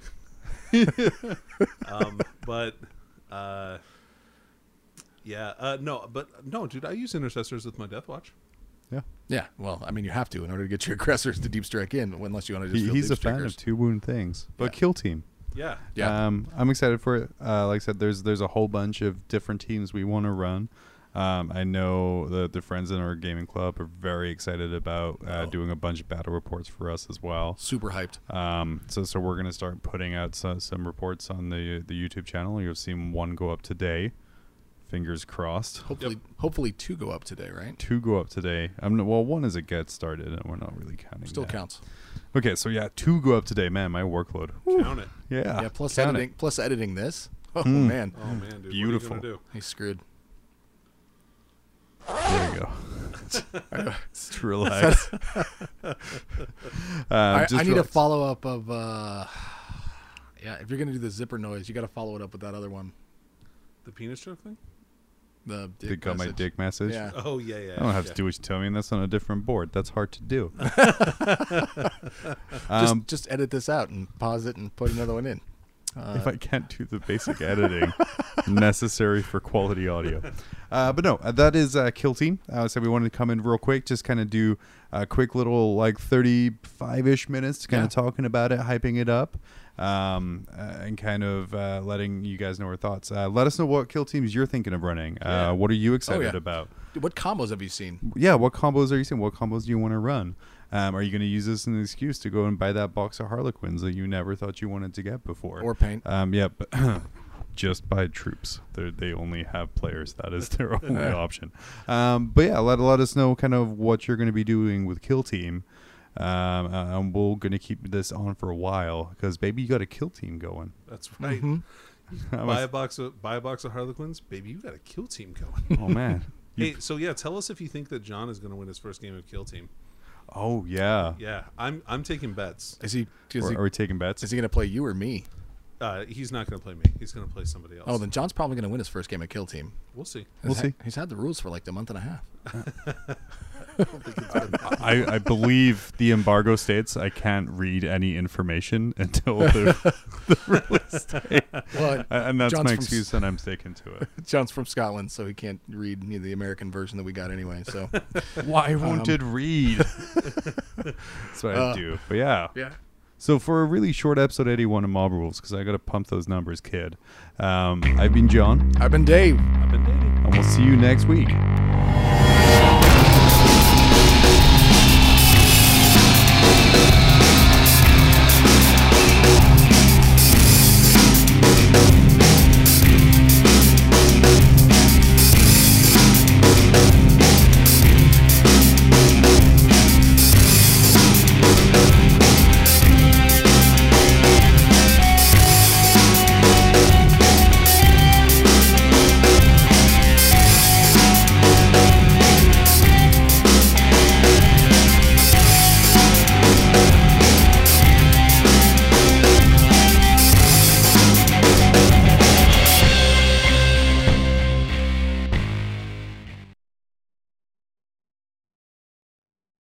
Speaker 3: um, but uh, yeah, uh, no, but no, dude, I use intercessors with my Death Watch.
Speaker 2: yeah,
Speaker 1: yeah, well, I mean, you have to in order to get your aggressors to deep strike in, unless you want to just
Speaker 2: he,
Speaker 1: field
Speaker 2: he's a
Speaker 1: deep
Speaker 2: fan
Speaker 1: strikers.
Speaker 2: of two wound things, but Kill Team.
Speaker 3: Yeah,
Speaker 1: Yeah,
Speaker 2: Um, I'm excited for it. Uh, like I said, there's there's a whole bunch of different teams we want to run. Um, I know the the friends in our gaming club are very excited about uh, doing a bunch of battle reports for us as well.
Speaker 1: super hyped.
Speaker 2: Um, so so we're gonna start putting out some, some reports on the the YouTube channel. You've seen one go up today. Fingers crossed.
Speaker 1: Hopefully, hopefully two go up today, right?
Speaker 2: Two go up today. I'm n- well. One is a get started, and we're not really counting.
Speaker 1: Still
Speaker 2: that.
Speaker 1: counts.
Speaker 2: Okay, so yeah, two go up today. Man, my workload. Whew.
Speaker 3: Count it.
Speaker 2: Yeah.
Speaker 1: yeah. Plus
Speaker 2: Ah, count it.
Speaker 1: editing. Plus editing this. Oh
Speaker 2: Mm.
Speaker 1: man,
Speaker 3: Oh man, dude.
Speaker 2: Beautiful.
Speaker 3: What are you gonna do?
Speaker 1: he's screwed.
Speaker 2: There you go. just relax. Uh,
Speaker 1: I,
Speaker 2: just
Speaker 1: I need a
Speaker 2: relax.
Speaker 1: follow up of. uh Yeah, if you're gonna do the zipper noise, you got to follow it up with that other one.
Speaker 3: The penis joke thing?
Speaker 1: The dick
Speaker 2: They got my
Speaker 1: message.
Speaker 2: dick message.
Speaker 1: Yeah.
Speaker 3: Oh yeah, yeah.
Speaker 2: I don't have
Speaker 3: yeah.
Speaker 2: to do what you tell me, and that's on a different board. That's hard to do.
Speaker 1: Just,
Speaker 2: um,
Speaker 1: just edit this out and pause it and put another one in. Uh,
Speaker 2: if I can't do the basic editing necessary for quality audio. Uh, but no, uh, that is uh, Kill Team. Uh, so we wanted to come in real quick, just kind of do a quick little like 35 ish minutes to kind
Speaker 1: Yeah.
Speaker 2: of talking about it, hyping it up, um, uh, and kind of uh, letting you guys know our thoughts. Uh, let us know what Kill Teams you're thinking of running.
Speaker 3: Yeah.
Speaker 2: Uh, what are you excited
Speaker 1: yeah.
Speaker 2: about?
Speaker 1: what combos have you seen?
Speaker 2: yeah, what combos are you seeing? What combos do you want to run? Um, are you going to use this as an excuse to go and buy that box of Harlequins that you never thought you wanted to get before?
Speaker 1: Or paint.
Speaker 2: Um, yeah, but just buy troops. They're, they only have players. That is their only option. Um, but yeah, let, let us know kind of what you're going to be doing with Kill Team. Um, uh, and we're going to keep this on for a while because, baby, you got a Kill Team going.
Speaker 3: That's right.
Speaker 1: Mm-hmm.
Speaker 2: I'm
Speaker 3: Buy
Speaker 2: a-
Speaker 3: a box of buy a box of Harlequins, baby. You got a kill team going.
Speaker 2: oh, man. You-
Speaker 3: hey, so yeah, tell us if you think that John is going to win his first game of kill team.
Speaker 2: oh, yeah.
Speaker 3: Yeah, I'm I'm taking bets.
Speaker 1: Is he? Is
Speaker 2: Or-
Speaker 1: he,
Speaker 2: are we taking bets?
Speaker 1: is he gonna play you or me?
Speaker 3: Uh, he's not going to play me. He's going to play somebody else.
Speaker 1: Oh, then John's probably gonna win his first game at Kill Team.
Speaker 3: we'll see.
Speaker 2: We'll
Speaker 1: He's
Speaker 2: see.
Speaker 1: He's had the rules for like a month and a half.
Speaker 2: I, I believe the embargo states I can't read any information until the, the release date.
Speaker 1: Well,
Speaker 2: And that's
Speaker 1: John's
Speaker 2: my
Speaker 1: from
Speaker 2: excuse, and I'm sticking to it.
Speaker 1: John's from Scotland, so he can't read you know, the American version that we got anyway. So
Speaker 2: Why won't it read? That's Um, what I
Speaker 1: Uh,
Speaker 2: do. But yeah.
Speaker 1: yeah,
Speaker 2: So for a really short episode 81 of Mob Rules, because I got to pump those numbers, kid. Um, I've been John,
Speaker 1: I've been Dave.
Speaker 3: I've been dating.
Speaker 2: and we'll see you next week.